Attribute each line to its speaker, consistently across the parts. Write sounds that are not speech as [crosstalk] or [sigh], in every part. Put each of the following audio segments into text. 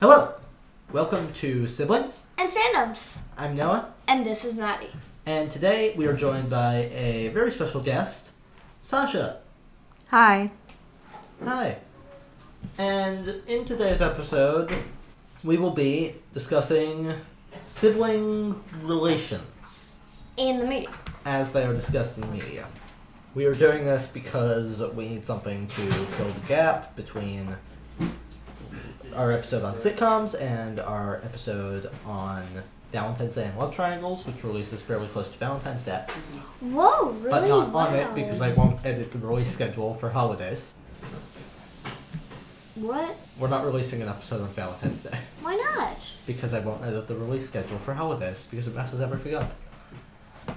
Speaker 1: Hello! Welcome to Siblings.
Speaker 2: and Phantoms.
Speaker 1: I'm Noah,
Speaker 2: And this is Natty.
Speaker 1: and today we are joined by a very special guest, Sasha.
Speaker 3: Hi.
Speaker 1: Hi. And in today's episode, we will be discussing sibling relations
Speaker 2: In the meeting.
Speaker 1: as they are discussed in media. We are doing this because we need something to fill the gap between our episode on sitcoms and our episode on Valentine's Day and Love Triangles, which releases fairly close to Valentine's Day.
Speaker 2: Whoa, really?
Speaker 1: but not on
Speaker 2: Wow.
Speaker 1: it because I won't edit the release schedule for holidays.
Speaker 2: What?
Speaker 1: We're not releasing an episode on Valentine's Day [laughs]
Speaker 2: Why not?
Speaker 1: because I won't edit the release schedule for holidays because it messes everything up.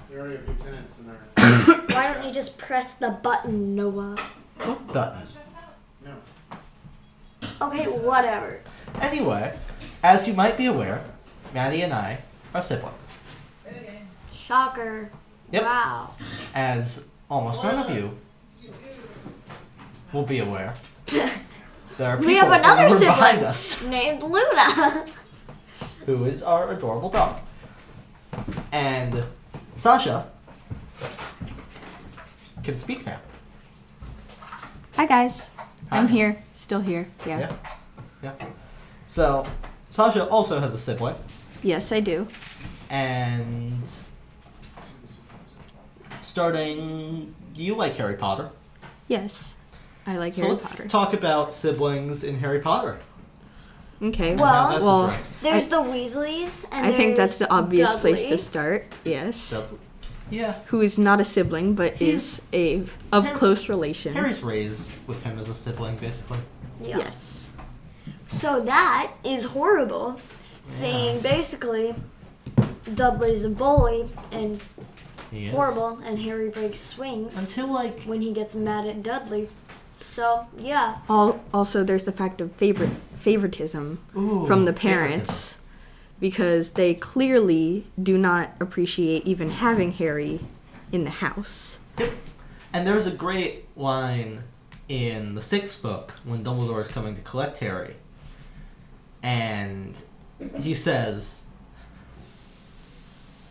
Speaker 4: We already have lieutenants in our.
Speaker 2: Why don't you just press the button, Noah?
Speaker 1: Button.
Speaker 4: No.
Speaker 2: Okay, whatever.
Speaker 1: Anyway, as you might be aware, Maddie and I are siblings.
Speaker 2: Shocker.
Speaker 1: Yep.
Speaker 2: Wow.
Speaker 1: as almost none of you will be aware, there are people
Speaker 2: We have another
Speaker 1: in the room
Speaker 2: sibling.
Speaker 1: behind us
Speaker 2: Named Luna.
Speaker 1: who is our adorable dog. And Sasha can speak now.
Speaker 3: Hi guys. I'm
Speaker 1: Hi.
Speaker 3: here. Still here. Yeah.
Speaker 1: Yeah. Yeah. So Sasha also has a sibling,
Speaker 3: Yes, I do.
Speaker 1: and starting, you like Harry Potter.
Speaker 3: Yes. I like
Speaker 1: so
Speaker 3: Harry
Speaker 1: let's
Speaker 3: Potter.
Speaker 1: talk about siblings in Harry Potter.
Speaker 3: okay.
Speaker 1: and
Speaker 2: Well-
Speaker 1: how that's
Speaker 3: Well,
Speaker 1: addressed.
Speaker 2: [laughs] There's the Weasleys and
Speaker 3: I think that's
Speaker 2: there's
Speaker 3: the obvious place
Speaker 2: Dudley.
Speaker 3: to start. Yes.
Speaker 1: So- yeah.
Speaker 3: Who is not a sibling but is a of
Speaker 1: Harry-
Speaker 3: close relation.
Speaker 1: Harry's raised with him as a sibling, basically.
Speaker 2: Yeah.
Speaker 3: Yes.
Speaker 2: So that is horrible. Seeing basically Dudley's a bully and
Speaker 1: He
Speaker 2: horrible, and Harry breaks swings.
Speaker 1: Until like
Speaker 2: when he gets mad at Dudley. So yeah,
Speaker 3: All, also there's the fact of favorite favoritism
Speaker 1: ooh,
Speaker 3: from the parents because they clearly do not appreciate even having Harry in the house.
Speaker 1: And there's a great line in the sixth book when Dumbledore is coming to collect Harry, and he says,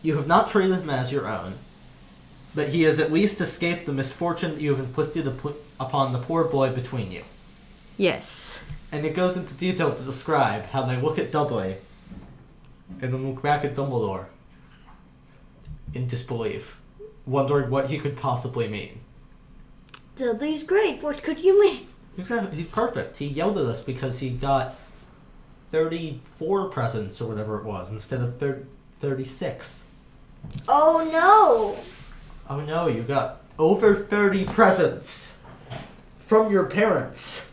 Speaker 1: "You have not treated him as your own." But he has at least escaped the misfortune that you have inflicted upo- upon the poor boy between you.
Speaker 3: Yes.
Speaker 1: And it goes into detail to describe how they look at Dudley and then look back at Dumbledore in disbelief, wondering what he could possibly mean.
Speaker 2: Dudley's great. What could you mean?
Speaker 1: Exactly. He's perfect. He yelled at us because he got 34 presents or whatever it was instead of thir- 36.
Speaker 2: Oh no!
Speaker 1: Oh no, you got over 30 presents from your parents.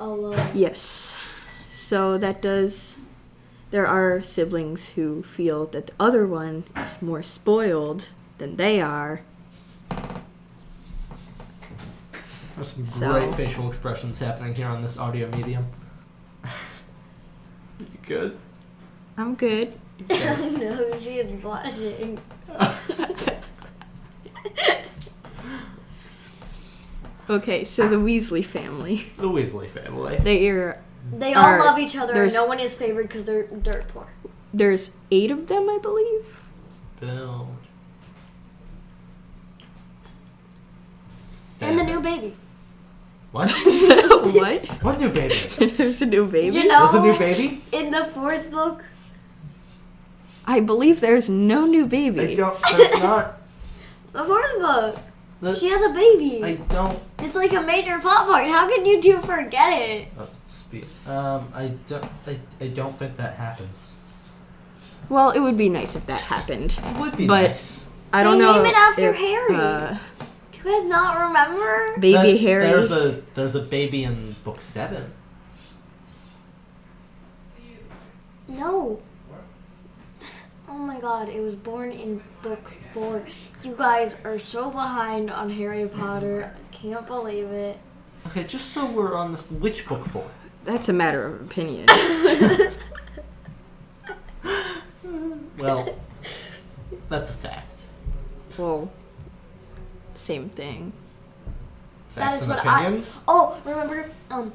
Speaker 2: Oh [laughs] uh,
Speaker 3: Yes. So that does. There are siblings who feel that the other one is more spoiled than they are.
Speaker 1: There's some
Speaker 3: So-
Speaker 1: great facial expressions happening here on this audio medium. [laughs] you good?
Speaker 3: I'm good.
Speaker 1: Okay.
Speaker 2: no, she is blushing.
Speaker 3: Okay, so the Weasley family.
Speaker 1: The Weasley family.
Speaker 3: They are.
Speaker 2: They all
Speaker 3: Are-
Speaker 2: love each other, and
Speaker 3: there's-
Speaker 2: no one is favored because they're dirt poor.
Speaker 3: There's eight of them, I believe. [laughs]
Speaker 1: Bill.
Speaker 2: And the new baby.
Speaker 1: What?
Speaker 2: [laughs]
Speaker 3: what? [laughs]
Speaker 1: what new baby?
Speaker 3: There's a new baby.
Speaker 2: You know,
Speaker 1: There's a new baby?
Speaker 2: in the fourth book,
Speaker 3: I believe there's no new
Speaker 1: I
Speaker 3: baby.
Speaker 1: don't. That's not.
Speaker 2: the fourth book, she
Speaker 1: The,
Speaker 2: has a baby.
Speaker 1: I don't.
Speaker 2: it's like a major plot point. How can you two forget it?
Speaker 1: Uh, speak. Um, I don't. I, I don't think that happens.
Speaker 3: Well, it would be nice if that happened.
Speaker 1: It would be
Speaker 3: But-
Speaker 1: nice.
Speaker 3: I don't
Speaker 2: They
Speaker 3: know.
Speaker 2: name it after
Speaker 3: if,
Speaker 2: Harry.
Speaker 3: uh,
Speaker 2: Do you guys not remember?
Speaker 3: baby
Speaker 1: There's-
Speaker 3: Harry.
Speaker 1: There's a there's a baby in book seven.
Speaker 2: No. Oh my god, it was born in book four. You guys are so behind on Harry Potter. I can't believe it.
Speaker 1: Okay, just so we're on this. Which book four?
Speaker 3: That's a matter of [laughs] opinion.
Speaker 2: [laughs]
Speaker 1: Well, that's a fact.
Speaker 3: well, same thing.
Speaker 1: Facts
Speaker 2: is
Speaker 1: and
Speaker 2: what I-
Speaker 1: opinions.
Speaker 2: Oh, remember? Um.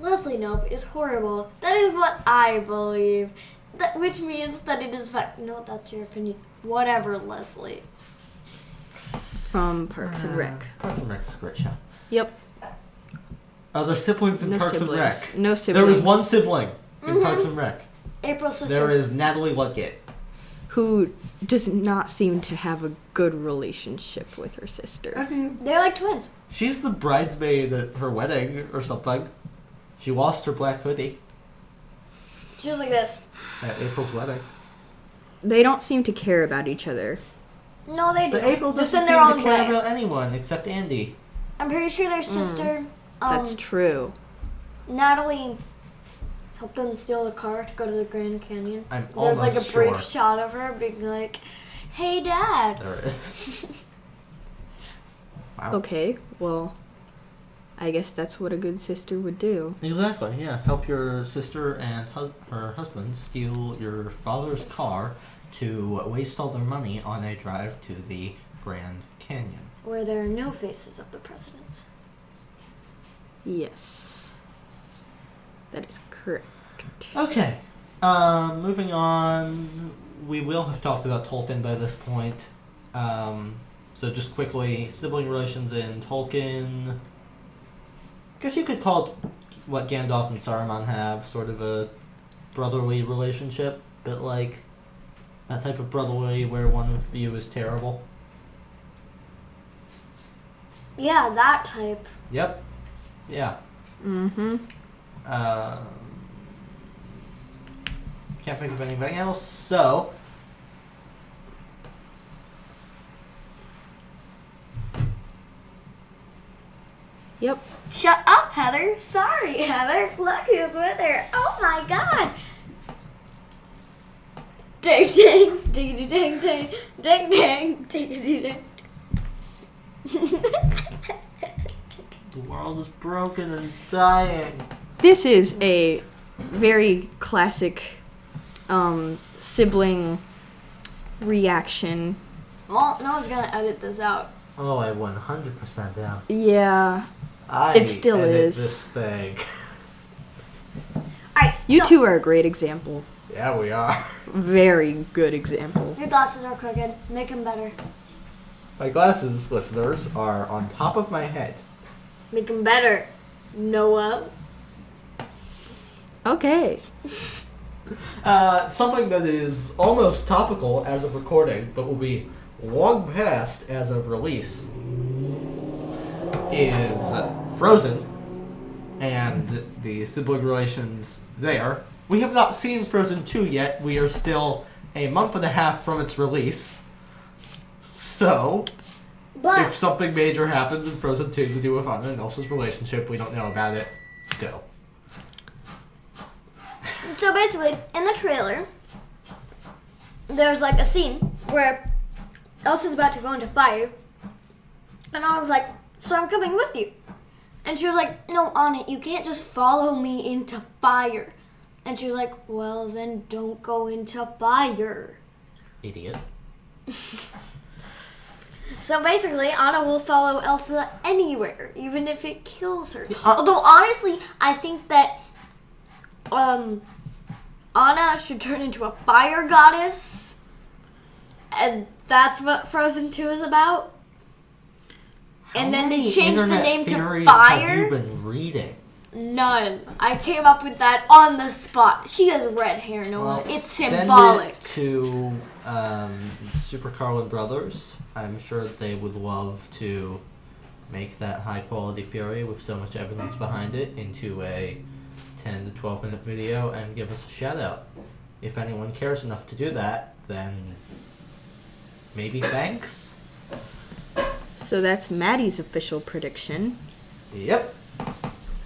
Speaker 2: Leslie Nope is horrible. That is what I believe. That, which means that it is fact. No, that's your opinion. Whatever, Leslie.
Speaker 3: from Parks and Rec.
Speaker 1: Ah. Uh,
Speaker 5: Parks and Rec is a great show.
Speaker 3: Yep.
Speaker 1: Are there siblings in
Speaker 3: No
Speaker 1: Parks
Speaker 3: siblings.
Speaker 1: and Rec?
Speaker 3: No siblings.
Speaker 1: There was one sibling in
Speaker 2: Mm-hmm.
Speaker 1: Parks and Rec.
Speaker 2: April's sister.
Speaker 5: There is Natalie Luckett.
Speaker 3: who does not seem to have a good relationship with her sister.
Speaker 1: mean,
Speaker 2: They're like twins.
Speaker 1: she's the bridesmaid at her wedding or something. She lost her black hoodie
Speaker 2: She was like this.
Speaker 1: at April's wedding.
Speaker 3: They don't seem to care about each other.
Speaker 2: No, they
Speaker 1: But
Speaker 2: don't.
Speaker 1: April
Speaker 2: Just
Speaker 1: doesn't
Speaker 2: in their
Speaker 1: seem
Speaker 2: own
Speaker 1: to care
Speaker 2: way.
Speaker 1: about anyone except Andy.
Speaker 2: I'm pretty sure their sister, um,
Speaker 3: That's true.
Speaker 2: Natalie, helped them steal the car to go to the Grand Canyon.
Speaker 1: I'm
Speaker 2: There's like
Speaker 1: almost
Speaker 2: a
Speaker 1: Oh, sure.
Speaker 2: brief shot of her being like, "Hey, Dad."
Speaker 1: There it is. [laughs] wow.
Speaker 3: Okay, well, I guess that's what a good sister would do.
Speaker 1: Exactly. Yeah. Help your sister and hus- her husband steal your father's car to waste all their money on a drive to the Grand Canyon.
Speaker 2: [laughs] Where there are no faces of the presidents.
Speaker 3: Yes. That is correct.
Speaker 1: Okay. Um, moving on, we will have talked about Tolkien by this point. Um, so just quickly, sibling relations in Tolkien. Guess you could call it what Gandalf and Saruman have, sort of a brotherly relationship, but like that type of brotherly where one of you is terrible.
Speaker 2: Yeah, that type.
Speaker 1: Yep. Yeah.
Speaker 3: Mm hmm.
Speaker 1: Um, can't think of anything else. So.
Speaker 3: Yep.
Speaker 2: Shut up, Heather. Sorry, Heather. Look who's with her. Oh my god. Ding [laughs] ding diggity ding ding ding ding diggity ding.
Speaker 1: The world is broken and dying.
Speaker 3: This is a very classic um, sibling reaction.
Speaker 2: [laughs] well, no one's gonna edit this out.
Speaker 1: Oh, I 100% am.
Speaker 3: Yeah.
Speaker 1: I
Speaker 3: It still
Speaker 1: edit
Speaker 3: is.
Speaker 1: This thing. [laughs]
Speaker 2: Alright.
Speaker 3: You
Speaker 2: so,
Speaker 3: two are a great example.
Speaker 1: yeah, we are. [laughs]
Speaker 3: Very good example.
Speaker 2: Your glasses are crooked. Make them better.
Speaker 1: My glasses, listeners, are on top of my head.
Speaker 2: Make them better. Noah.
Speaker 3: Okay.
Speaker 1: Uh, something that is almost topical as of recording, but will be long past as of release, is Frozen and the sibling relations there. We have not seen Frozen 2 yet. We are still a month and a half from its release. So, if
Speaker 2: But
Speaker 1: something major happens in Frozen 2 to do with anyone else's relationship, we don't know about it. Go.
Speaker 2: so basically, in the trailer, there's like a scene where Elsa's about to go into fire, and I was like, "So I'm coming with you," and she was like, "No, on it. You can't just follow me into fire." And she was like, "Well, then don't go into fire."
Speaker 1: Idiot.
Speaker 2: So basically, Anna will follow Elsa anywhere, even if it kills her. Although honestly, I think that um, Anna should turn into a fire goddess, and that's what Frozen Two is about. and then they changed the name to
Speaker 1: Have you
Speaker 2: Fire.
Speaker 1: been reading?
Speaker 2: None. I came up with that on the spot. She has red hair, no one. It's
Speaker 1: send it
Speaker 2: symbolic.
Speaker 1: to um, Super Carlin Brothers. I'm sure they would love to make that high quality Fury with so much evidence behind it into a 10 to 12 minute video and give us a shout out. If anyone cares enough to do that, then maybe thanks.
Speaker 3: So that's Maddie's official prediction.
Speaker 1: Yep.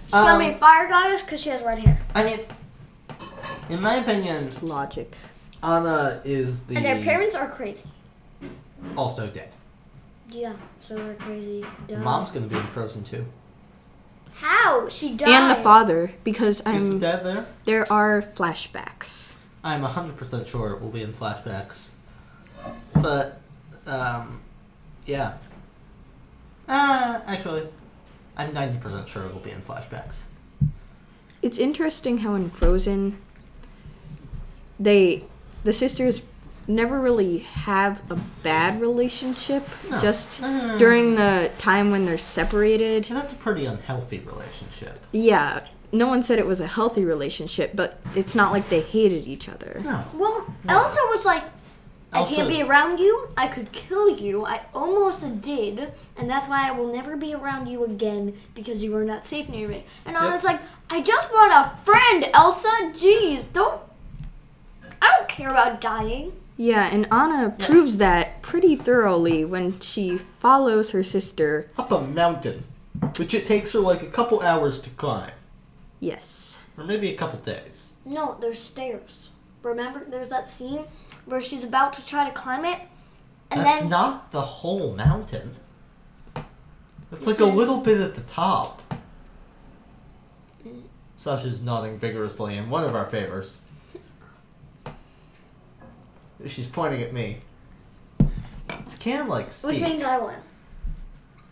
Speaker 2: She's gonna
Speaker 1: um,
Speaker 2: be a fire goddess because she has red hair.
Speaker 1: I mean, in my opinion,
Speaker 3: Logic.
Speaker 1: Anna is the
Speaker 2: And their parents are crazy.
Speaker 1: also dead.
Speaker 2: Yeah, so they're crazy. Duh.
Speaker 1: Mom's gonna be in Frozen too.
Speaker 2: How? She died.
Speaker 3: And the father, because
Speaker 1: Is the
Speaker 3: I'm
Speaker 1: dad there?
Speaker 3: there are flashbacks.
Speaker 1: I'm 100% sure it will be in flashbacks. But, um, yeah. Uh, actually, I'm 90% sure it will be in flashbacks.
Speaker 3: it's interesting how in Frozen, they the sisters never really have a bad relationship.
Speaker 1: No.
Speaker 3: Just
Speaker 1: Mm.
Speaker 3: during the time when they're separated.
Speaker 1: And that's a pretty unhealthy relationship.
Speaker 3: Yeah, no one said it was a healthy relationship, but it's not like they hated each other.
Speaker 1: No.
Speaker 2: Well, Elsa was like, I
Speaker 1: Elsa-
Speaker 2: can't be around you. I could kill you. I almost did, and that's why I will never be around you again because you are not safe near me. And Anna's like, I just want a friend, Elsa. Jeez, don't. I don't care about dying.
Speaker 3: Yeah, and Anna
Speaker 1: Yeah.
Speaker 3: proves that pretty thoroughly when she follows her sister.
Speaker 1: Up a mountain, which it takes her like a couple hours to climb,
Speaker 3: Yes.
Speaker 1: or maybe a couple days.
Speaker 2: No, there's stairs. Remember, there's that scene where she's about to try to climb it, and
Speaker 1: That's
Speaker 2: then
Speaker 1: not the whole mountain. That's like a
Speaker 2: Yes, it
Speaker 1: little bit at the top. Sasha's nodding vigorously in one of our favors. She's pointing at me. I can like
Speaker 2: which
Speaker 1: speak.
Speaker 2: means I win.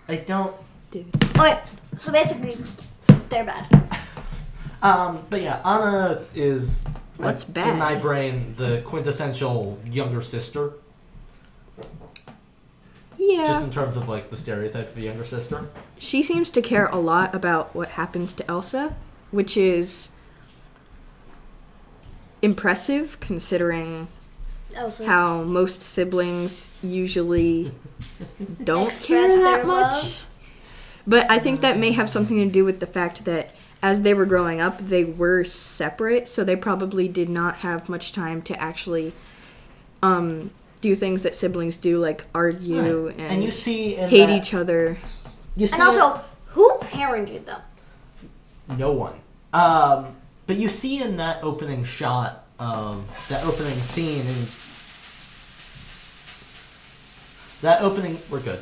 Speaker 1: I don't.
Speaker 3: Dude.
Speaker 2: Okay, so basically, they're bad.
Speaker 1: Um, but yeah, Anna is
Speaker 3: What's
Speaker 1: like,
Speaker 3: bad?
Speaker 1: in my brain the quintessential younger sister,
Speaker 3: Yeah.
Speaker 1: just in terms of like the stereotype of a younger sister.
Speaker 3: she seems to care a lot about what happens to Elsa, which is impressive considering
Speaker 2: Elsa.
Speaker 3: how most siblings usually don't
Speaker 2: Express
Speaker 3: care
Speaker 2: their
Speaker 3: that much.
Speaker 2: love.
Speaker 3: But I think that may have something to do with the fact that as they were growing up, they were separate, so they probably did not have much time to actually um, do things that siblings do, like argue
Speaker 1: Right.
Speaker 3: and,
Speaker 1: and you see in
Speaker 3: hate
Speaker 1: that-
Speaker 3: each other.
Speaker 1: You see
Speaker 2: And also, who parented them?
Speaker 1: No one. Um, but you see in that opening shot of that opening scene in that opening we're good.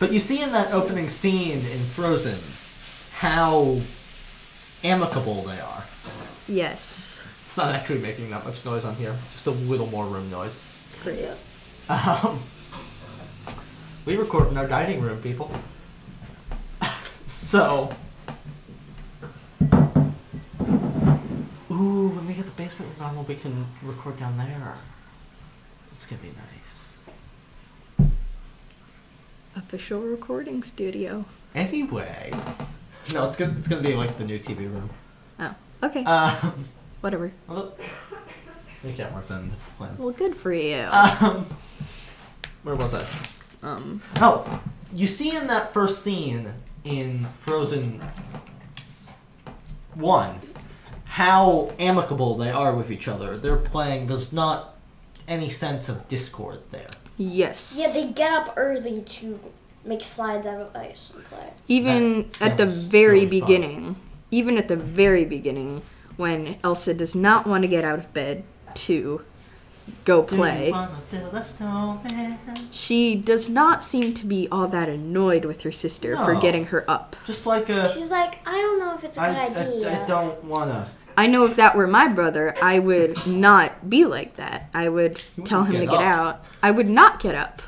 Speaker 1: but you see in that opening scene in Frozen how amicable they are.
Speaker 3: Yes.
Speaker 1: It's not actually making that much noise on here. Just a little more room noise.
Speaker 3: Great.
Speaker 1: Um, we record in our dining room, people. so. Ooh, when we get the basement revival, we can record down there. It's gonna be nice.
Speaker 3: Official recording studio.
Speaker 1: Anyway. No, it's gonna, it's gonna be like the new TV room.
Speaker 3: Oh, okay.
Speaker 1: Um,
Speaker 3: Whatever.
Speaker 1: although. We can't work on the plans.
Speaker 3: Well, good for you.
Speaker 1: Um, where was I?
Speaker 3: um,
Speaker 1: Oh, you see in that first scene in Frozen 1 how amicable they are with each other. They're playing, there's not any sense of discord there.
Speaker 3: yes.
Speaker 2: Yeah, they get up early to make slides out of ice and play.
Speaker 3: even
Speaker 1: That
Speaker 3: at the
Speaker 1: sounds
Speaker 3: very
Speaker 1: really fun.
Speaker 3: beginning, even at the very beginning, when Elsa does not want to get out of bed to go
Speaker 1: Do you
Speaker 3: play,
Speaker 1: wanna build a snowman?
Speaker 2: Mm-hmm.
Speaker 3: she does not seem to be all that annoyed with her sister for
Speaker 1: No.
Speaker 3: getting her up.
Speaker 1: Just like a.
Speaker 2: She's like, I don't know if it's a
Speaker 1: I,
Speaker 2: good
Speaker 1: I,
Speaker 2: idea.
Speaker 1: I don't wanna.
Speaker 3: I know if that were my brother, I would not be like that. I would
Speaker 1: You
Speaker 3: tell him
Speaker 1: wouldn't
Speaker 3: to
Speaker 1: get
Speaker 3: get out. I would not get up.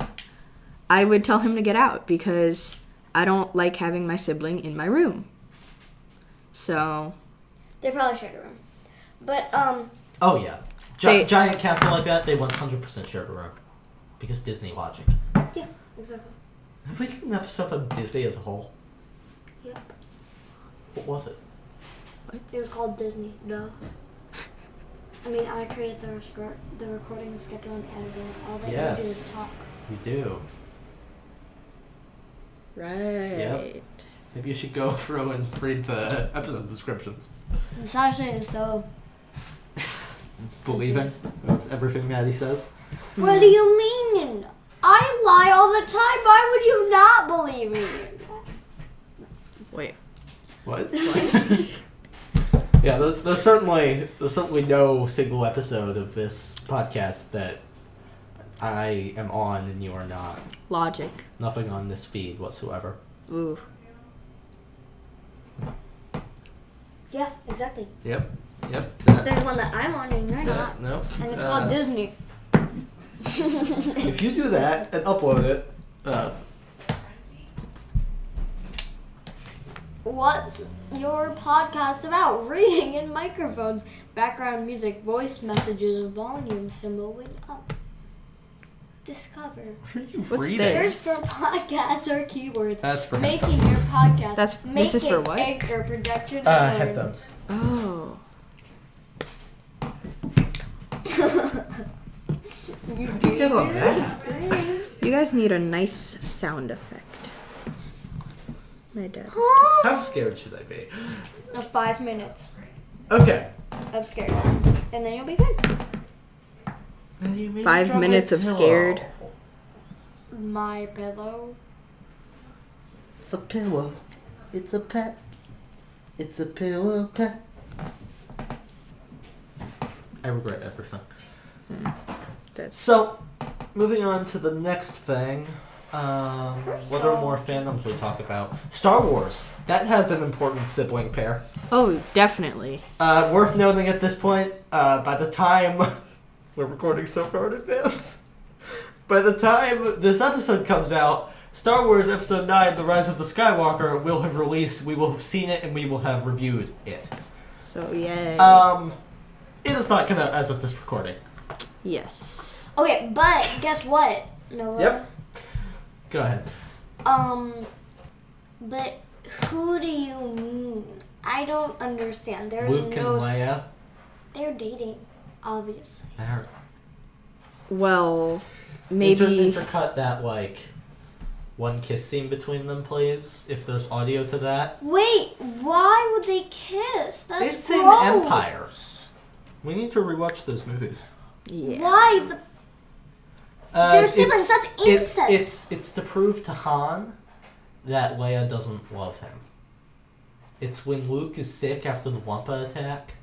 Speaker 3: I would tell him to get out because I don't like having my sibling in my room. So,
Speaker 2: They probably shared a room, but um,
Speaker 1: Oh, yeah. Gi-
Speaker 3: They-
Speaker 1: giant castle like that, they 100% shared a room. Because Disney logic.
Speaker 2: yeah, exactly.
Speaker 1: Have we done an episode on Disney as a whole?
Speaker 2: Yep,
Speaker 1: What was it?
Speaker 2: it was called Disney. No. I mean, I create the rec- the recording schedule and edit it. All that you do
Speaker 1: Yes.
Speaker 2: is talk.
Speaker 1: We do.
Speaker 3: right.
Speaker 1: Maybe you should go [laughs] through and read the episode [laughs] descriptions.
Speaker 2: And Sasha is so.
Speaker 1: Believing with everything Maddie says.
Speaker 2: What do you mean? I lie all the time. Why would you not believe
Speaker 1: [laughs]
Speaker 2: me?
Speaker 3: Wait.
Speaker 1: [laughs] What? yeah, there's, there's certainly there's certainly no single episode of this podcast that I am on and you are not.
Speaker 3: Logic.
Speaker 1: Nothing on this feed whatsoever.
Speaker 3: Ooh.
Speaker 2: Yeah, exactly.
Speaker 1: Yep. Yep.
Speaker 2: There's one that I'm on and you're not,
Speaker 1: no. Uh,
Speaker 2: and it's called Disney. [laughs]
Speaker 1: if you do that and upload it, uh,
Speaker 2: What's your podcast about? [laughs] Reading in microphones, background music, voice messages, volume symbol went up. Discover.
Speaker 1: What are you
Speaker 3: What's
Speaker 1: reading?
Speaker 3: this?
Speaker 2: Search for podcasts or keywords.
Speaker 1: That's for
Speaker 2: Making
Speaker 1: headphones.
Speaker 2: your podcast.
Speaker 3: That's-
Speaker 2: Make
Speaker 3: this is
Speaker 2: it
Speaker 3: for what?
Speaker 2: Anchor production. and
Speaker 1: Uh,
Speaker 2: learn.
Speaker 1: headphones.
Speaker 3: Oh.
Speaker 2: [laughs] you
Speaker 5: Good on that.
Speaker 3: You guys need a nice sound effect. My dad.
Speaker 5: How scared should I be?
Speaker 2: Uh, Five minutes
Speaker 5: Okay.
Speaker 2: of scare, and then you'll be good.
Speaker 3: Five minutes of scared.
Speaker 2: My pillow.
Speaker 5: It's a pillow. It's a pet. It's a pillow pet.
Speaker 1: I regret everything.
Speaker 3: That's-
Speaker 1: So, moving on to the next thing. Um, what are more fandoms we talk about? Star Wars. That has an important sibling pair.
Speaker 3: Oh, definitely.
Speaker 1: Uh, worth noting at this point, uh, by the time [laughs] we're recording so far in advance, [laughs] by the time this episode comes out, Star Wars Episode 9 The Rise of the Skywalker will have released, we will have seen it, and we will have reviewed it.
Speaker 3: So yay.
Speaker 1: Um, it has not come out as of this recording.
Speaker 3: yes.
Speaker 2: Okay,
Speaker 1: [laughs]
Speaker 2: but guess what, Noah?
Speaker 1: Yep. Go ahead.
Speaker 2: Um, but who do you mean? I don't understand. There's
Speaker 1: Luke and
Speaker 2: no. s-
Speaker 1: Leia.
Speaker 2: They're dating, obviously.
Speaker 1: They're-
Speaker 3: Well, maybe.
Speaker 1: Inter- intercut that, like, one kiss scene between them, please, if there's audio to that.
Speaker 2: Wait, why would they kiss? That's
Speaker 1: it's
Speaker 2: gross.
Speaker 1: in Empire. We need to rewatch those movies.
Speaker 3: Yeah.
Speaker 2: Why the
Speaker 1: Uh,
Speaker 2: They're
Speaker 1: it's-
Speaker 2: siblings, that's
Speaker 1: it's-
Speaker 2: incest.
Speaker 1: It's, it's to prove to Han that Leia doesn't love him. It's when Luke is sick after the Wampa attack.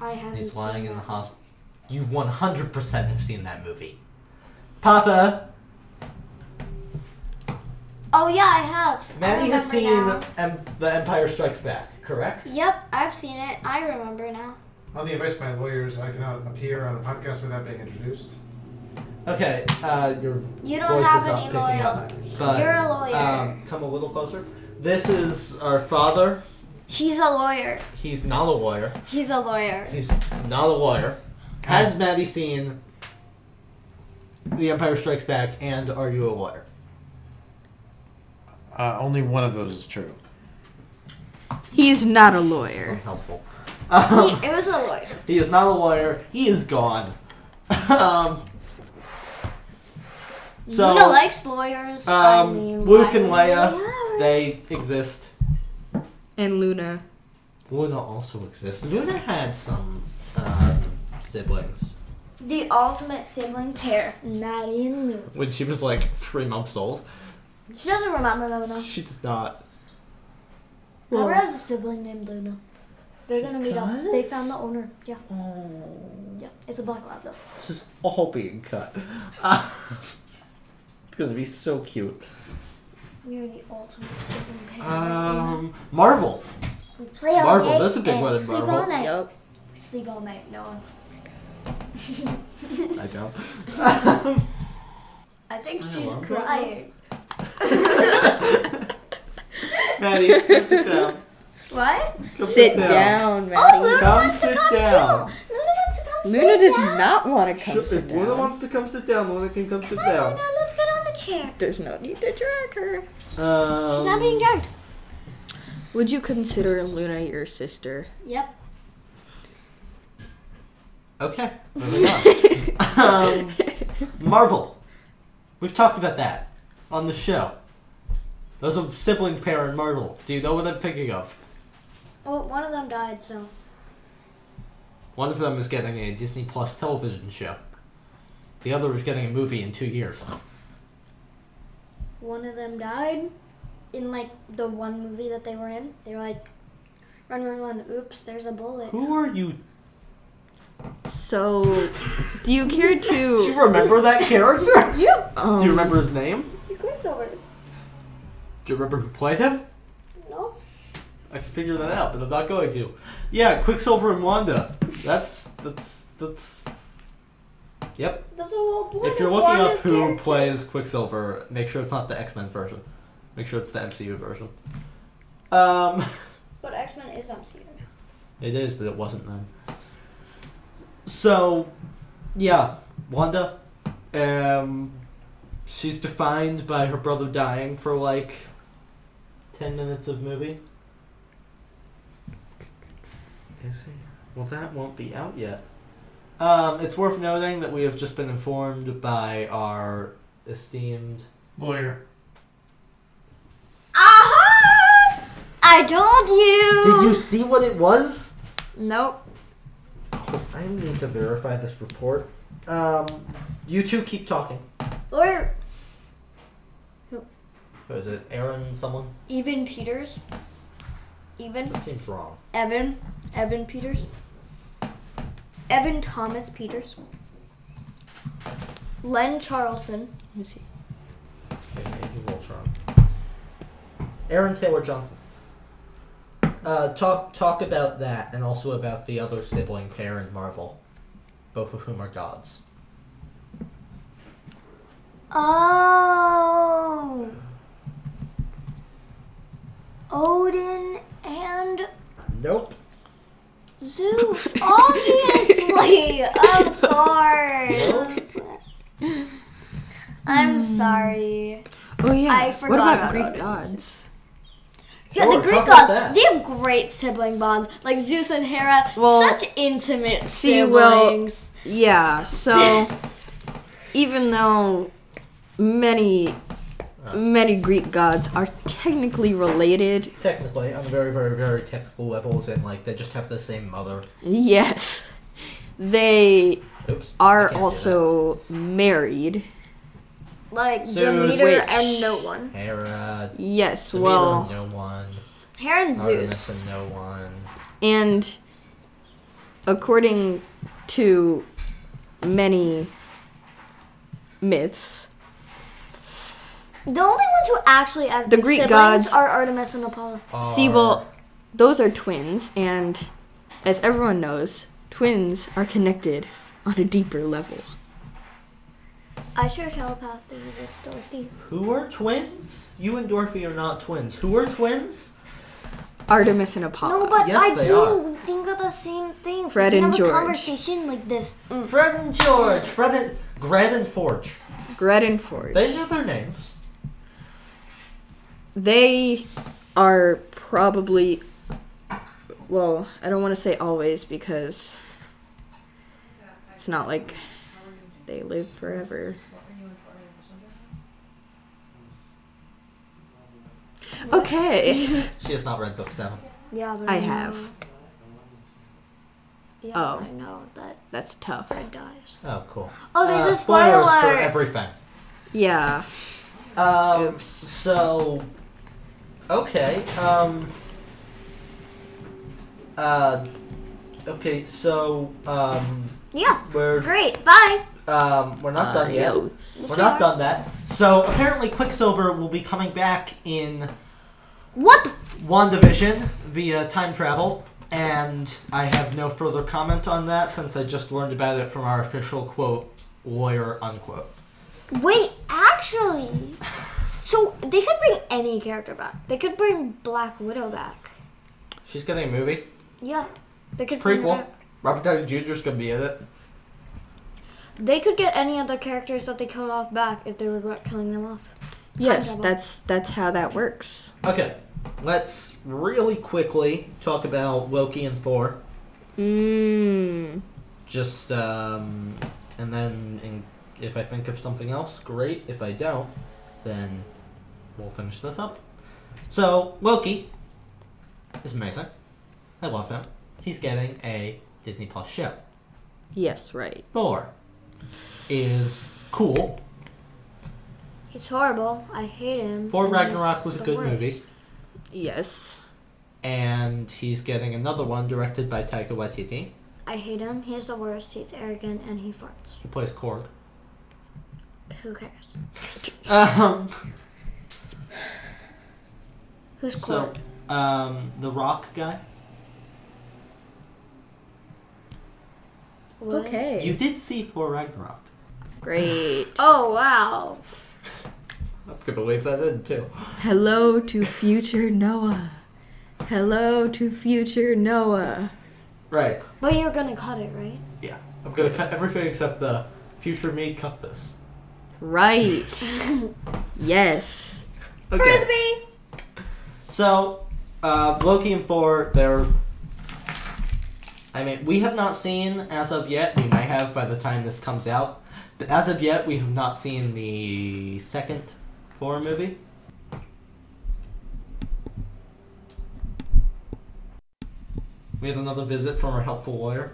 Speaker 2: I haven't.
Speaker 1: and He's lying
Speaker 2: seen
Speaker 1: in the
Speaker 2: that.
Speaker 1: hospital. You 100% have seen that movie. Papa,
Speaker 2: Oh yeah, I have. I
Speaker 1: Maddie has seen
Speaker 2: remember
Speaker 1: em- The Empire Strikes Back, correct?
Speaker 2: now. Yep, I've seen it. I remember now.
Speaker 6: On the advice of my lawyers, I cannot appear on a podcast without being introduced.
Speaker 1: Okay, uh, your
Speaker 2: You don't
Speaker 1: voice
Speaker 2: have
Speaker 1: is not
Speaker 2: any
Speaker 1: picking up. But,
Speaker 2: You're a lawyer.
Speaker 1: Um, come a little closer. This is our father.
Speaker 2: He's a lawyer.
Speaker 1: He's not a lawyer.
Speaker 2: He's
Speaker 1: [laughs]
Speaker 2: a lawyer.
Speaker 1: He's not a lawyer. Has Maddie seen The Empire Strikes Back and Are You a Lawyer?
Speaker 7: Uh, only one of those is true.
Speaker 3: He is not a lawyer.
Speaker 1: Unhelpful.
Speaker 2: He,
Speaker 1: Um,
Speaker 2: it was a lawyer.
Speaker 1: he is not a lawyer. He is gone. um, so,
Speaker 2: Luna likes lawyers. I
Speaker 1: um,
Speaker 2: mean,
Speaker 1: Luke
Speaker 2: why
Speaker 1: and
Speaker 2: wouldn't
Speaker 1: Leia,
Speaker 2: we have her?
Speaker 1: they exist.
Speaker 3: And Luna.
Speaker 1: Luna also exists. Luna had some um, siblings
Speaker 2: The ultimate sibling pair, Maddie and Luna.
Speaker 1: when she was like three months old.
Speaker 2: She doesn't remember Luna.
Speaker 1: She does not.
Speaker 2: Laura
Speaker 3: Well-
Speaker 2: has a sibling named Luna. They're gonna meet up. They found the owner. Yeah. Yeah. It's a black lab though.
Speaker 1: It's just all being cut. [laughs] Uh, it's gonna be so cute.
Speaker 2: We are the ultimate sibling pair.
Speaker 1: Um, Marvel.
Speaker 2: we play all
Speaker 1: Marvel,
Speaker 2: day
Speaker 1: that's a big
Speaker 2: and
Speaker 1: one in
Speaker 2: sleep
Speaker 1: Marvel.
Speaker 2: All night.
Speaker 3: Yep.
Speaker 2: Sleep all night, Noah.
Speaker 1: I don't. [laughs]
Speaker 2: I think
Speaker 1: I
Speaker 2: she's
Speaker 1: love
Speaker 2: crying.
Speaker 1: Maddie, come sit down.
Speaker 2: What?
Speaker 1: Come
Speaker 3: Sit
Speaker 2: Oh,
Speaker 3: down,
Speaker 2: Luna
Speaker 3: Maddie.
Speaker 1: Come
Speaker 2: wants to
Speaker 1: sit
Speaker 2: come
Speaker 1: down.
Speaker 2: too. Luna wants to come
Speaker 3: Luna
Speaker 2: sit
Speaker 3: does
Speaker 2: down.
Speaker 3: not want to come
Speaker 1: Sure,
Speaker 3: sit
Speaker 1: if
Speaker 3: down.
Speaker 1: Luna wants to come sit down, Luna can come sit
Speaker 2: Come on,
Speaker 1: down.
Speaker 2: Luna, let's get on the chair.
Speaker 3: There's no need to drag her.
Speaker 1: Um,
Speaker 2: She's not being dragged.
Speaker 3: Would you consider Luna your sister?
Speaker 2: Yep.
Speaker 1: Okay. Moving
Speaker 3: [laughs]
Speaker 1: on. um, Marvel. We've talked about that on the show. There's a sibling pair in Marvel. Do you know what I'm thinking of?
Speaker 2: Well, one of them died, so.
Speaker 1: One of them is getting a Disney Plus television show. The other is getting a movie in two years.
Speaker 2: one of them died in like the one movie that they were in. They were like, run, run, run. Oops, there's a bullet.
Speaker 1: Who are you?
Speaker 3: So, do you care
Speaker 1: [laughs] Do you
Speaker 3: to?
Speaker 1: remember that
Speaker 2: [laughs]
Speaker 1: character?
Speaker 2: You,
Speaker 3: Um,
Speaker 1: Do you remember his name?
Speaker 2: you crossover.
Speaker 1: Do you remember who played him?
Speaker 2: No.
Speaker 1: I can figure that out, but I'm not going to. Yeah, Quicksilver and Wanda. That's that's that's. Yep.
Speaker 2: That's the whole point.
Speaker 1: If you're
Speaker 2: of
Speaker 1: looking up
Speaker 2: Wanda's
Speaker 1: who
Speaker 2: character.
Speaker 1: plays Quicksilver, make sure it's not the X Men version. Make sure it's the MCU version. Um,
Speaker 2: But X Men is MCU now.
Speaker 1: it is, but it wasn't then. So, yeah, Wanda. Um, she's defined by her brother dying for like ten minutes of movie. Is he? Well, that won't be out yet. Um, it's worth noting that we have just been informed by our esteemed
Speaker 6: Lawyer.
Speaker 2: Aha! Uh-huh! I told you.
Speaker 5: Did you see what it was?
Speaker 3: Um,
Speaker 2: Nope.
Speaker 5: I need to verify this report. Um,
Speaker 1: You two keep talking.
Speaker 2: Or
Speaker 1: Who is it? Aaron someone?
Speaker 2: even Peters. Even
Speaker 1: That seems wrong.
Speaker 2: Evan. Evan Peters. Evan Thomas Peters. Len Charlson.
Speaker 3: Let me see.
Speaker 1: Okay, maybe Voltron.
Speaker 5: Aaron Taylor Johnson. Uh, talk talk about that, and also about the other sibling pair in Marvel, both of whom are gods.
Speaker 2: Oh. Odin and
Speaker 5: Nope.
Speaker 3: [laughs]
Speaker 2: Zeus, obviously, of course.
Speaker 3: Hmm.
Speaker 2: I'm sorry.
Speaker 3: Oh yeah.
Speaker 2: I
Speaker 3: what
Speaker 2: forgot
Speaker 3: about
Speaker 2: about
Speaker 3: Greek
Speaker 2: Odin.
Speaker 3: gods?
Speaker 2: Yeah,
Speaker 5: Sure,
Speaker 2: the Greek
Speaker 5: talk about
Speaker 2: gods,
Speaker 5: that.
Speaker 2: they have great sibling bonds. Like Zeus and Hera,
Speaker 3: Well,
Speaker 2: such intimate
Speaker 3: see, well-
Speaker 2: siblings.
Speaker 3: Yeah, so even though many many Greek gods are technically related,
Speaker 5: Technically, on very very very technical levels, and like they just have the same mother.
Speaker 3: yes, they
Speaker 5: Oops. I
Speaker 3: are
Speaker 5: can't do
Speaker 3: also married.
Speaker 2: like
Speaker 1: Zeus-
Speaker 2: Demeter
Speaker 1: Wait.
Speaker 2: and no one.
Speaker 5: that. Hera.
Speaker 3: Yes,
Speaker 5: Demeter,
Speaker 3: well,
Speaker 5: no one.
Speaker 2: Hera and
Speaker 5: Artemis
Speaker 2: Zeus.
Speaker 5: and no one.
Speaker 3: and according to many myths,
Speaker 2: The only ones who actually have
Speaker 3: The
Speaker 2: big
Speaker 3: Greek
Speaker 2: siblings
Speaker 3: gods-
Speaker 2: are Artemis and Apollo.
Speaker 3: see, well, those are twins, and as everyone knows, twins are connected on a deeper level.
Speaker 2: I share telepathy with Dorothy.
Speaker 1: Who are twins? You and Dorothy are not twins. Who are twins?
Speaker 3: Artemis and Apollo.
Speaker 2: No, but
Speaker 5: yes,
Speaker 2: I
Speaker 5: they
Speaker 2: do.
Speaker 5: are.
Speaker 2: We think of the same thing.
Speaker 3: Fred
Speaker 2: we can
Speaker 3: and
Speaker 2: have
Speaker 3: George.
Speaker 2: a conversation like this. Mm.
Speaker 1: Fred and George. Fred and Gred and Forge.
Speaker 3: Gret and Forge.
Speaker 1: They know their names.
Speaker 3: They are probably. Well, I don't want to say always because it's not like they live forever. Okay. [laughs]
Speaker 1: She has not read book seven.
Speaker 2: Yeah, but
Speaker 3: I have.
Speaker 2: Yeah,
Speaker 3: Oh.
Speaker 2: I know that
Speaker 3: That's tough.
Speaker 2: Fred dies.
Speaker 1: Oh, cool.
Speaker 2: Oh,
Speaker 1: Uh,
Speaker 2: there's a spoiler.
Speaker 1: spoilers for everything.
Speaker 3: Yeah.
Speaker 1: Um,
Speaker 3: Oops.
Speaker 1: So, okay. Um, uh, okay. So, um,
Speaker 2: yeah,
Speaker 1: we're
Speaker 2: great. Bye.
Speaker 1: um, we're not done
Speaker 2: Uh,
Speaker 1: yet.
Speaker 3: Adios.
Speaker 1: We're not done that. So apparently, Quicksilver will be coming back in
Speaker 2: What? The
Speaker 1: WandaVision via time travel, and I have no further comment on that since I just learned about it from our official quote lawyer unquote.
Speaker 2: f- Wait, actually, so they could bring any character back. They could bring Black Widow back.
Speaker 1: She's getting a movie
Speaker 2: Yeah, they could bring her
Speaker 1: prequel.
Speaker 2: back.
Speaker 1: Robert Downey Jr. is gonna be in it.
Speaker 2: They could get any other characters that they killed off back if they regret killing them off.
Speaker 3: Yes,
Speaker 2: double.
Speaker 3: that's that's how that works.
Speaker 1: Okay, let's really quickly talk about Loki and Thor.
Speaker 3: Mmm.
Speaker 1: Just um, and then in, if I think of something else, great. If I don't, then we'll finish this up. So Loki is amazing. I love him. He's getting a Disney Plus show.
Speaker 3: Yes, right.
Speaker 1: Thor is cool.
Speaker 2: He's horrible. I hate him.
Speaker 1: Thor
Speaker 2: and he's
Speaker 1: Ragnarok was a
Speaker 2: the
Speaker 1: good
Speaker 2: worst.
Speaker 1: movie,
Speaker 3: Yes.
Speaker 1: and he's getting another one directed by Taika Waititi.
Speaker 2: I hate him. He's the worst. He's arrogant and he farts.
Speaker 1: He plays Korg.
Speaker 2: Who cares?
Speaker 1: Um,
Speaker 2: Who's
Speaker 1: So,
Speaker 2: cold?
Speaker 1: um, the Rock guy.
Speaker 2: What?
Speaker 3: Okay.
Speaker 1: You did see Thor Ragnarok.
Speaker 3: [laughs] Great.
Speaker 2: Oh wow.
Speaker 1: I'm gonna leave that in too.
Speaker 3: Hello to future Noah. Hello to future Noah.
Speaker 1: Right.
Speaker 2: But you're gonna cut it, right?
Speaker 1: Yeah. I'm gonna cut everything except the future me cut this.
Speaker 3: [laughs] Right. yes.
Speaker 2: Frisbee.
Speaker 1: So, uh, Loki and Thor, they're. I mean, we have not seen as of yet. We might have by the time this comes out. But as of yet, we have not seen the second Thor movie. We had another visit from our helpful lawyer.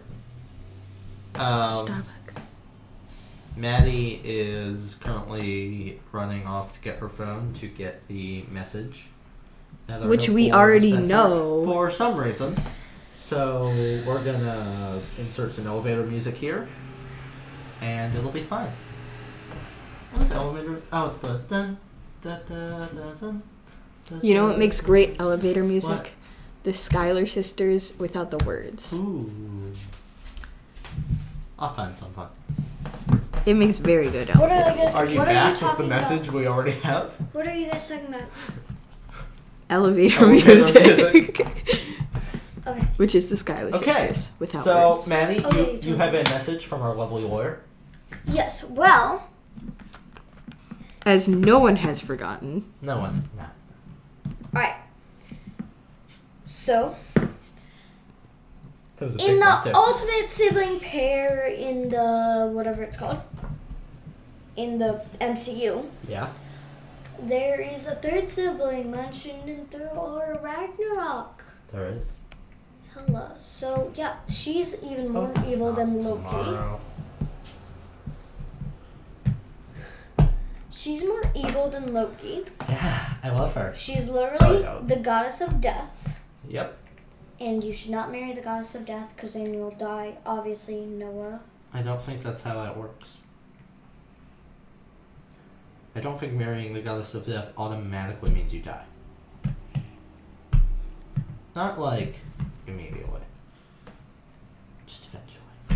Speaker 1: Um,
Speaker 3: Starbucks.
Speaker 1: Maddie is currently running off to get her phone to get the message. that our
Speaker 3: Which we
Speaker 1: helpful
Speaker 3: already
Speaker 1: sent her
Speaker 3: know.
Speaker 1: For some reason. So we're gonna insert some elevator music here. And it'll be fun. What is elevator? Oh, it's the dun, dun, dun, dun, dun, dun,
Speaker 3: You know what
Speaker 1: dun.
Speaker 3: makes great elevator music?
Speaker 1: What?
Speaker 3: The Skylar sisters without the words.
Speaker 1: Ooh. I'll find some fun.
Speaker 3: It makes very good
Speaker 2: What
Speaker 3: elevator.
Speaker 2: are you guys?
Speaker 1: Are you
Speaker 2: what are you
Speaker 1: back with the
Speaker 2: talking
Speaker 1: message
Speaker 2: about?
Speaker 1: we already have?
Speaker 2: What are you guys talking about?
Speaker 3: elevator
Speaker 1: Elevator
Speaker 3: music.
Speaker 2: Okay.
Speaker 3: [laughs] Which is the Skylar
Speaker 1: Okay,
Speaker 3: sisters without
Speaker 1: so,
Speaker 3: words.
Speaker 1: Maddie,
Speaker 2: Okay,
Speaker 1: you, you
Speaker 2: totally.
Speaker 1: have a message from our lovely lawyer.
Speaker 2: Yes. Well,
Speaker 3: As no one has forgotten.
Speaker 1: No one. No.
Speaker 2: all right. So,
Speaker 1: That was a
Speaker 2: in
Speaker 1: big one,
Speaker 2: the
Speaker 1: too.
Speaker 2: ultimate sibling pair, in the whatever it's called, in the MCU,
Speaker 1: yeah.
Speaker 2: there is a third sibling mentioned in Thor Ragnarok.
Speaker 1: There is.
Speaker 2: Hella. So yeah, she's even
Speaker 1: Oh,
Speaker 2: more evil than Loki. She's more evil than Loki.
Speaker 1: Yeah, I love her.
Speaker 2: She's literally
Speaker 1: Oh, yeah.
Speaker 2: the goddess of death.
Speaker 1: Yep.
Speaker 2: And you should not marry the goddess of death because then you'll die. Obviously, Noah.
Speaker 1: I don't think that's how that works. I don't think marrying the goddess of death automatically means you die. Not like immediately. Just eventually.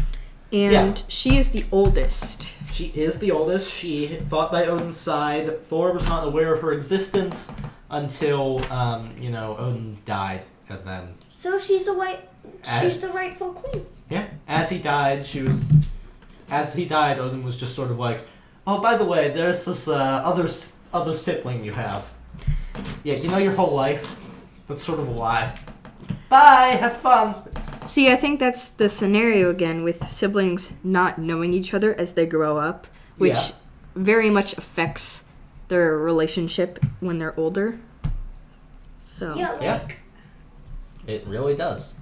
Speaker 3: And she is the oldest.
Speaker 1: She is the oldest. She fought by Odin's side. Thor was not aware of her existence until, um, you know, Odin died. And then,
Speaker 2: So she's the white.
Speaker 1: Adam?
Speaker 2: She's the rightful queen.
Speaker 1: yeah, as he died, she was. As he died, Odin was just sort of like, oh, by the way, there's this uh, other s- other sibling you have. Yeah, you know your whole life. That's sort of a lie. Bye. Have fun.
Speaker 3: See, I think that's the scenario again with siblings not knowing each other as they grow up, which
Speaker 1: Yeah.
Speaker 3: very much affects their relationship when they're older. So,
Speaker 2: Yeah, like
Speaker 1: Oh, Yeah. It really does.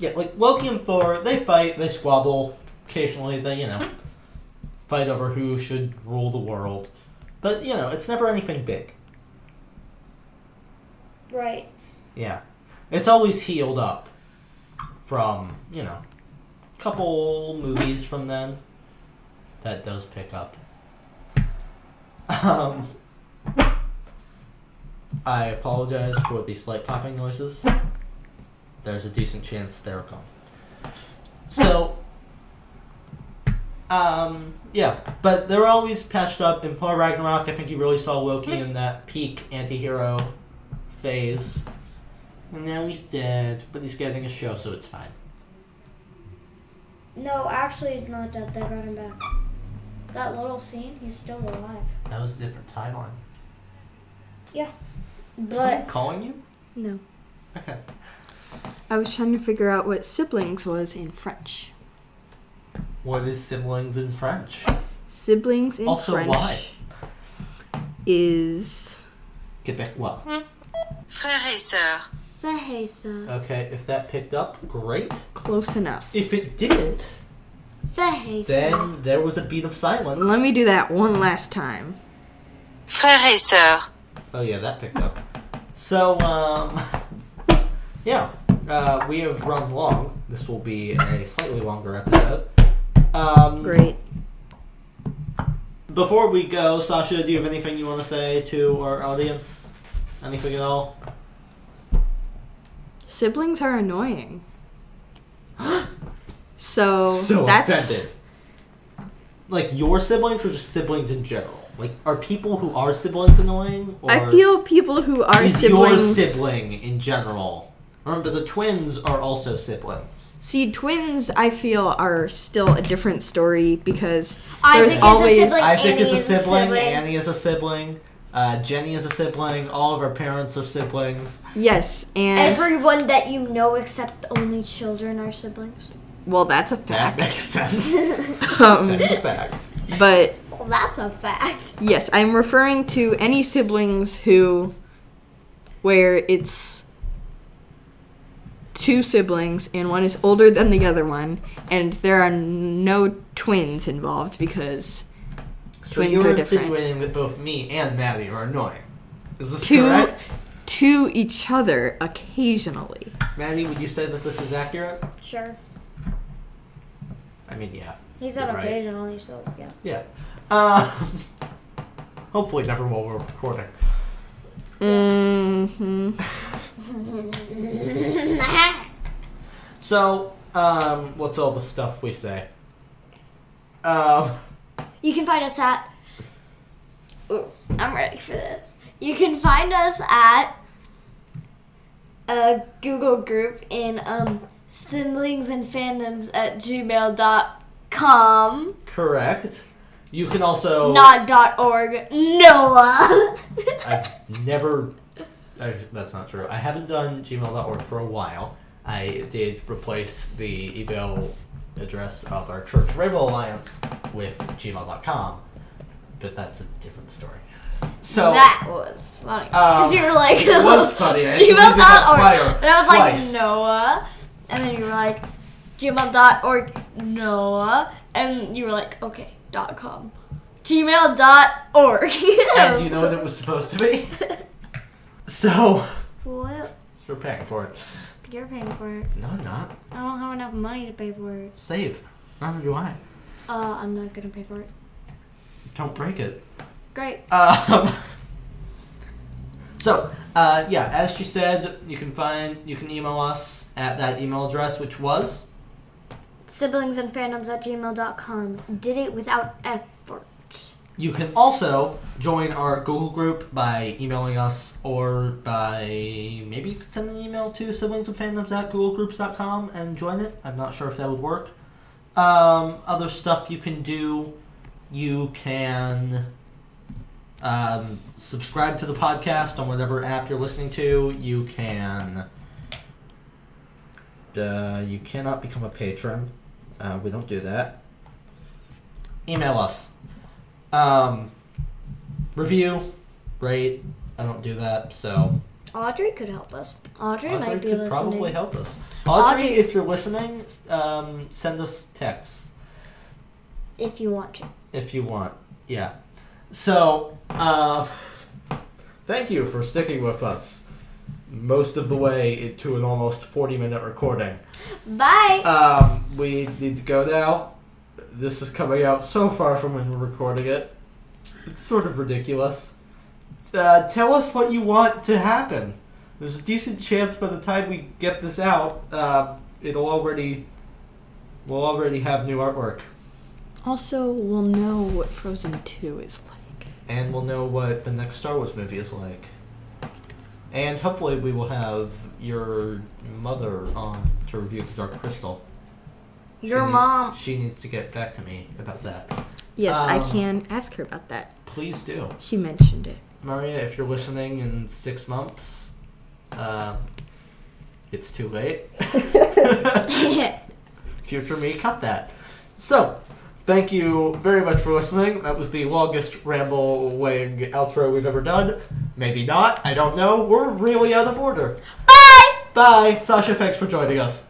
Speaker 1: Yeah, like Loki and Thor, they fight, they squabble. Occasionally, they, you know, fight over who should rule the world. But, you know, it's never anything big.
Speaker 2: right.
Speaker 1: Yeah. It's always healed up from, you know, couple movies from then that does pick up. Um, I apologize for the slight popping noises. There's a decent chance they're gone. So, um, yeah, but they're always patched up. In Thor Ragnarok, I think you really saw Loki in that peak anti-hero phase. And now he's dead, but he's getting a show, so it's fine.
Speaker 2: No, actually, he's not dead. They brought him back. That little scene, he's still alive.
Speaker 1: That was a different timeline. Is Someone
Speaker 2: But
Speaker 1: calling you?
Speaker 3: no.
Speaker 1: Okay.
Speaker 3: I was trying to figure out what siblings was in French.
Speaker 1: What is siblings in French?
Speaker 3: Siblings in
Speaker 1: Also,
Speaker 3: French
Speaker 1: why?
Speaker 3: is
Speaker 1: Quebec. Well,
Speaker 8: Frères et sœurs,
Speaker 2: Fehesa,
Speaker 1: okay. If that picked up, great.
Speaker 3: close enough.
Speaker 1: If it didn't,
Speaker 2: Fehesa,
Speaker 1: then there was a beat of silence.
Speaker 3: Let me do that one last time.
Speaker 8: frères et sœurs,
Speaker 1: Oh yeah, that picked up. So um, [laughs] yeah, uh, we have run long. This will be a slightly longer episode. Um,
Speaker 3: Great.
Speaker 1: Before we go, Sasha, do you have anything you want to say to our audience? Anything at all?
Speaker 3: Siblings are [gasps] annoying. so, that's
Speaker 1: like your siblings or just siblings in general? Like, are people who are siblings annoying? Or
Speaker 3: I feel people who are
Speaker 1: is
Speaker 3: siblings.
Speaker 1: your sibling in general? Remember, the twins are also siblings.
Speaker 3: See, twins, I feel, are still a different story because
Speaker 2: Isaac
Speaker 3: there's
Speaker 2: is a
Speaker 3: always.
Speaker 2: sibling. Like,
Speaker 1: Isaac is
Speaker 2: Annie
Speaker 1: a
Speaker 2: is a
Speaker 1: sibling,
Speaker 2: sibling.
Speaker 1: Annie is a sibling, uh, Jenny is a sibling. All of our parents are siblings.
Speaker 3: Yes, and.
Speaker 2: Everyone that you know except only children are siblings.
Speaker 3: well, that's a
Speaker 1: That makes [laughs]
Speaker 3: fact.
Speaker 1: sense.
Speaker 3: [laughs] um,
Speaker 1: That's a fact.
Speaker 3: but
Speaker 2: Well, that's a fact.
Speaker 3: yes, I'm referring to any siblings who. where it's. Two siblings, and one is older than the other one, and there are no twins involved because
Speaker 1: So
Speaker 3: Twins
Speaker 1: you're
Speaker 3: are different.
Speaker 1: insinuating that both me and Maddie are annoying. Is this
Speaker 3: Two-
Speaker 1: correct?
Speaker 3: to each other occasionally.
Speaker 1: Maddie, would you say that this is accurate?
Speaker 2: Sure.
Speaker 1: I mean, yeah.
Speaker 2: He's
Speaker 1: You're
Speaker 2: on
Speaker 1: right.
Speaker 2: occasionally, so
Speaker 1: [laughs]
Speaker 2: yeah.
Speaker 1: Yeah. Um, [laughs] hopefully, never while we're recording.
Speaker 3: hmm
Speaker 1: So, um, what's all the stuff we say? Um,
Speaker 2: [laughs] You can find us at. Ooh, I'm ready for this. You can find us at a Google group in um, siblings and fandoms at gmail.com,
Speaker 1: correct. You can also.
Speaker 2: not dot org, Noah. [laughs]
Speaker 1: I've never. I, that's not true. I haven't done gmail.org for a while. I did replace the email address of our church Rainbow Alliance with gmail.com, but that's a different story. So.
Speaker 2: that was funny.
Speaker 1: Um,
Speaker 2: Because you were like,
Speaker 1: it
Speaker 2: [laughs]
Speaker 1: was funny. I actually did
Speaker 2: gmail.org.
Speaker 1: that flyer
Speaker 2: And I was like,
Speaker 1: twice.
Speaker 2: Noah. And then you were like, gmail.org, Noah. And you were like, okay, dot com. [laughs] Gmail.org.
Speaker 1: And do you know
Speaker 2: [laughs]
Speaker 1: what it was supposed to be? so.
Speaker 2: Well,
Speaker 1: You're paying for it.
Speaker 2: you're paying for it.
Speaker 1: No, I'm not.
Speaker 2: I don't have enough money to pay for it.
Speaker 1: Save. Neither do I.
Speaker 2: Uh, I'm not gonna pay for it.
Speaker 1: Don't break it. [laughs]
Speaker 2: Great.
Speaker 1: Um, so, uh, yeah, as she said, you can find, you can email us at that email address, which was
Speaker 2: Siblings and fandoms at gmail.com. Did it without effort.
Speaker 1: You can also join our Google group by emailing us or by maybe you could send an email to siblingsandfandoms at googlegroups.com and join it. I'm not sure if that would work. Um, other stuff you can do, you can um, subscribe to the podcast on whatever app you're listening to. You can. Uh, you cannot become a patron. Uh, we don't do that. Email us. Um, review, rate. I don't do that, so
Speaker 2: Audrey could help us. Audrey,
Speaker 1: Audrey
Speaker 2: might be
Speaker 1: could
Speaker 2: listening.
Speaker 1: probably help us. Audrey,
Speaker 2: Audrey-
Speaker 1: if you're listening, um, send us text
Speaker 2: If you want to.
Speaker 1: if you want. Yeah. So, uh, [laughs] thank you for sticking with us most of the way into an almost 40 minute recording.
Speaker 2: Bye!
Speaker 1: Um, we need to go now. This is coming out so far from when we're recording it. It's sort of ridiculous. Uh, tell us what you want to happen. There's a decent chance by the time we get this out, uh, it'll already we'll already have new artwork,
Speaker 3: Also, we'll know what Frozen 2 is like.
Speaker 1: and we'll know what the next Star Wars movie is like. And hopefully, we will have your mother on to review the Dark Crystal.
Speaker 2: Your
Speaker 1: She need-
Speaker 2: mom.
Speaker 1: she needs to get back to me about that.
Speaker 3: Yes, I
Speaker 1: Um,
Speaker 3: can ask her about that.
Speaker 1: Please do.
Speaker 3: She mentioned it.
Speaker 1: Maria, if you're listening in six months, um, it's too late. Future me, cut that. So, thank you very much for listening. That was the longest ramble wig outro we've ever done. Maybe not, I don't know. We're really out of order.
Speaker 2: Bye!
Speaker 1: Bye! Sasha, thanks for joining us.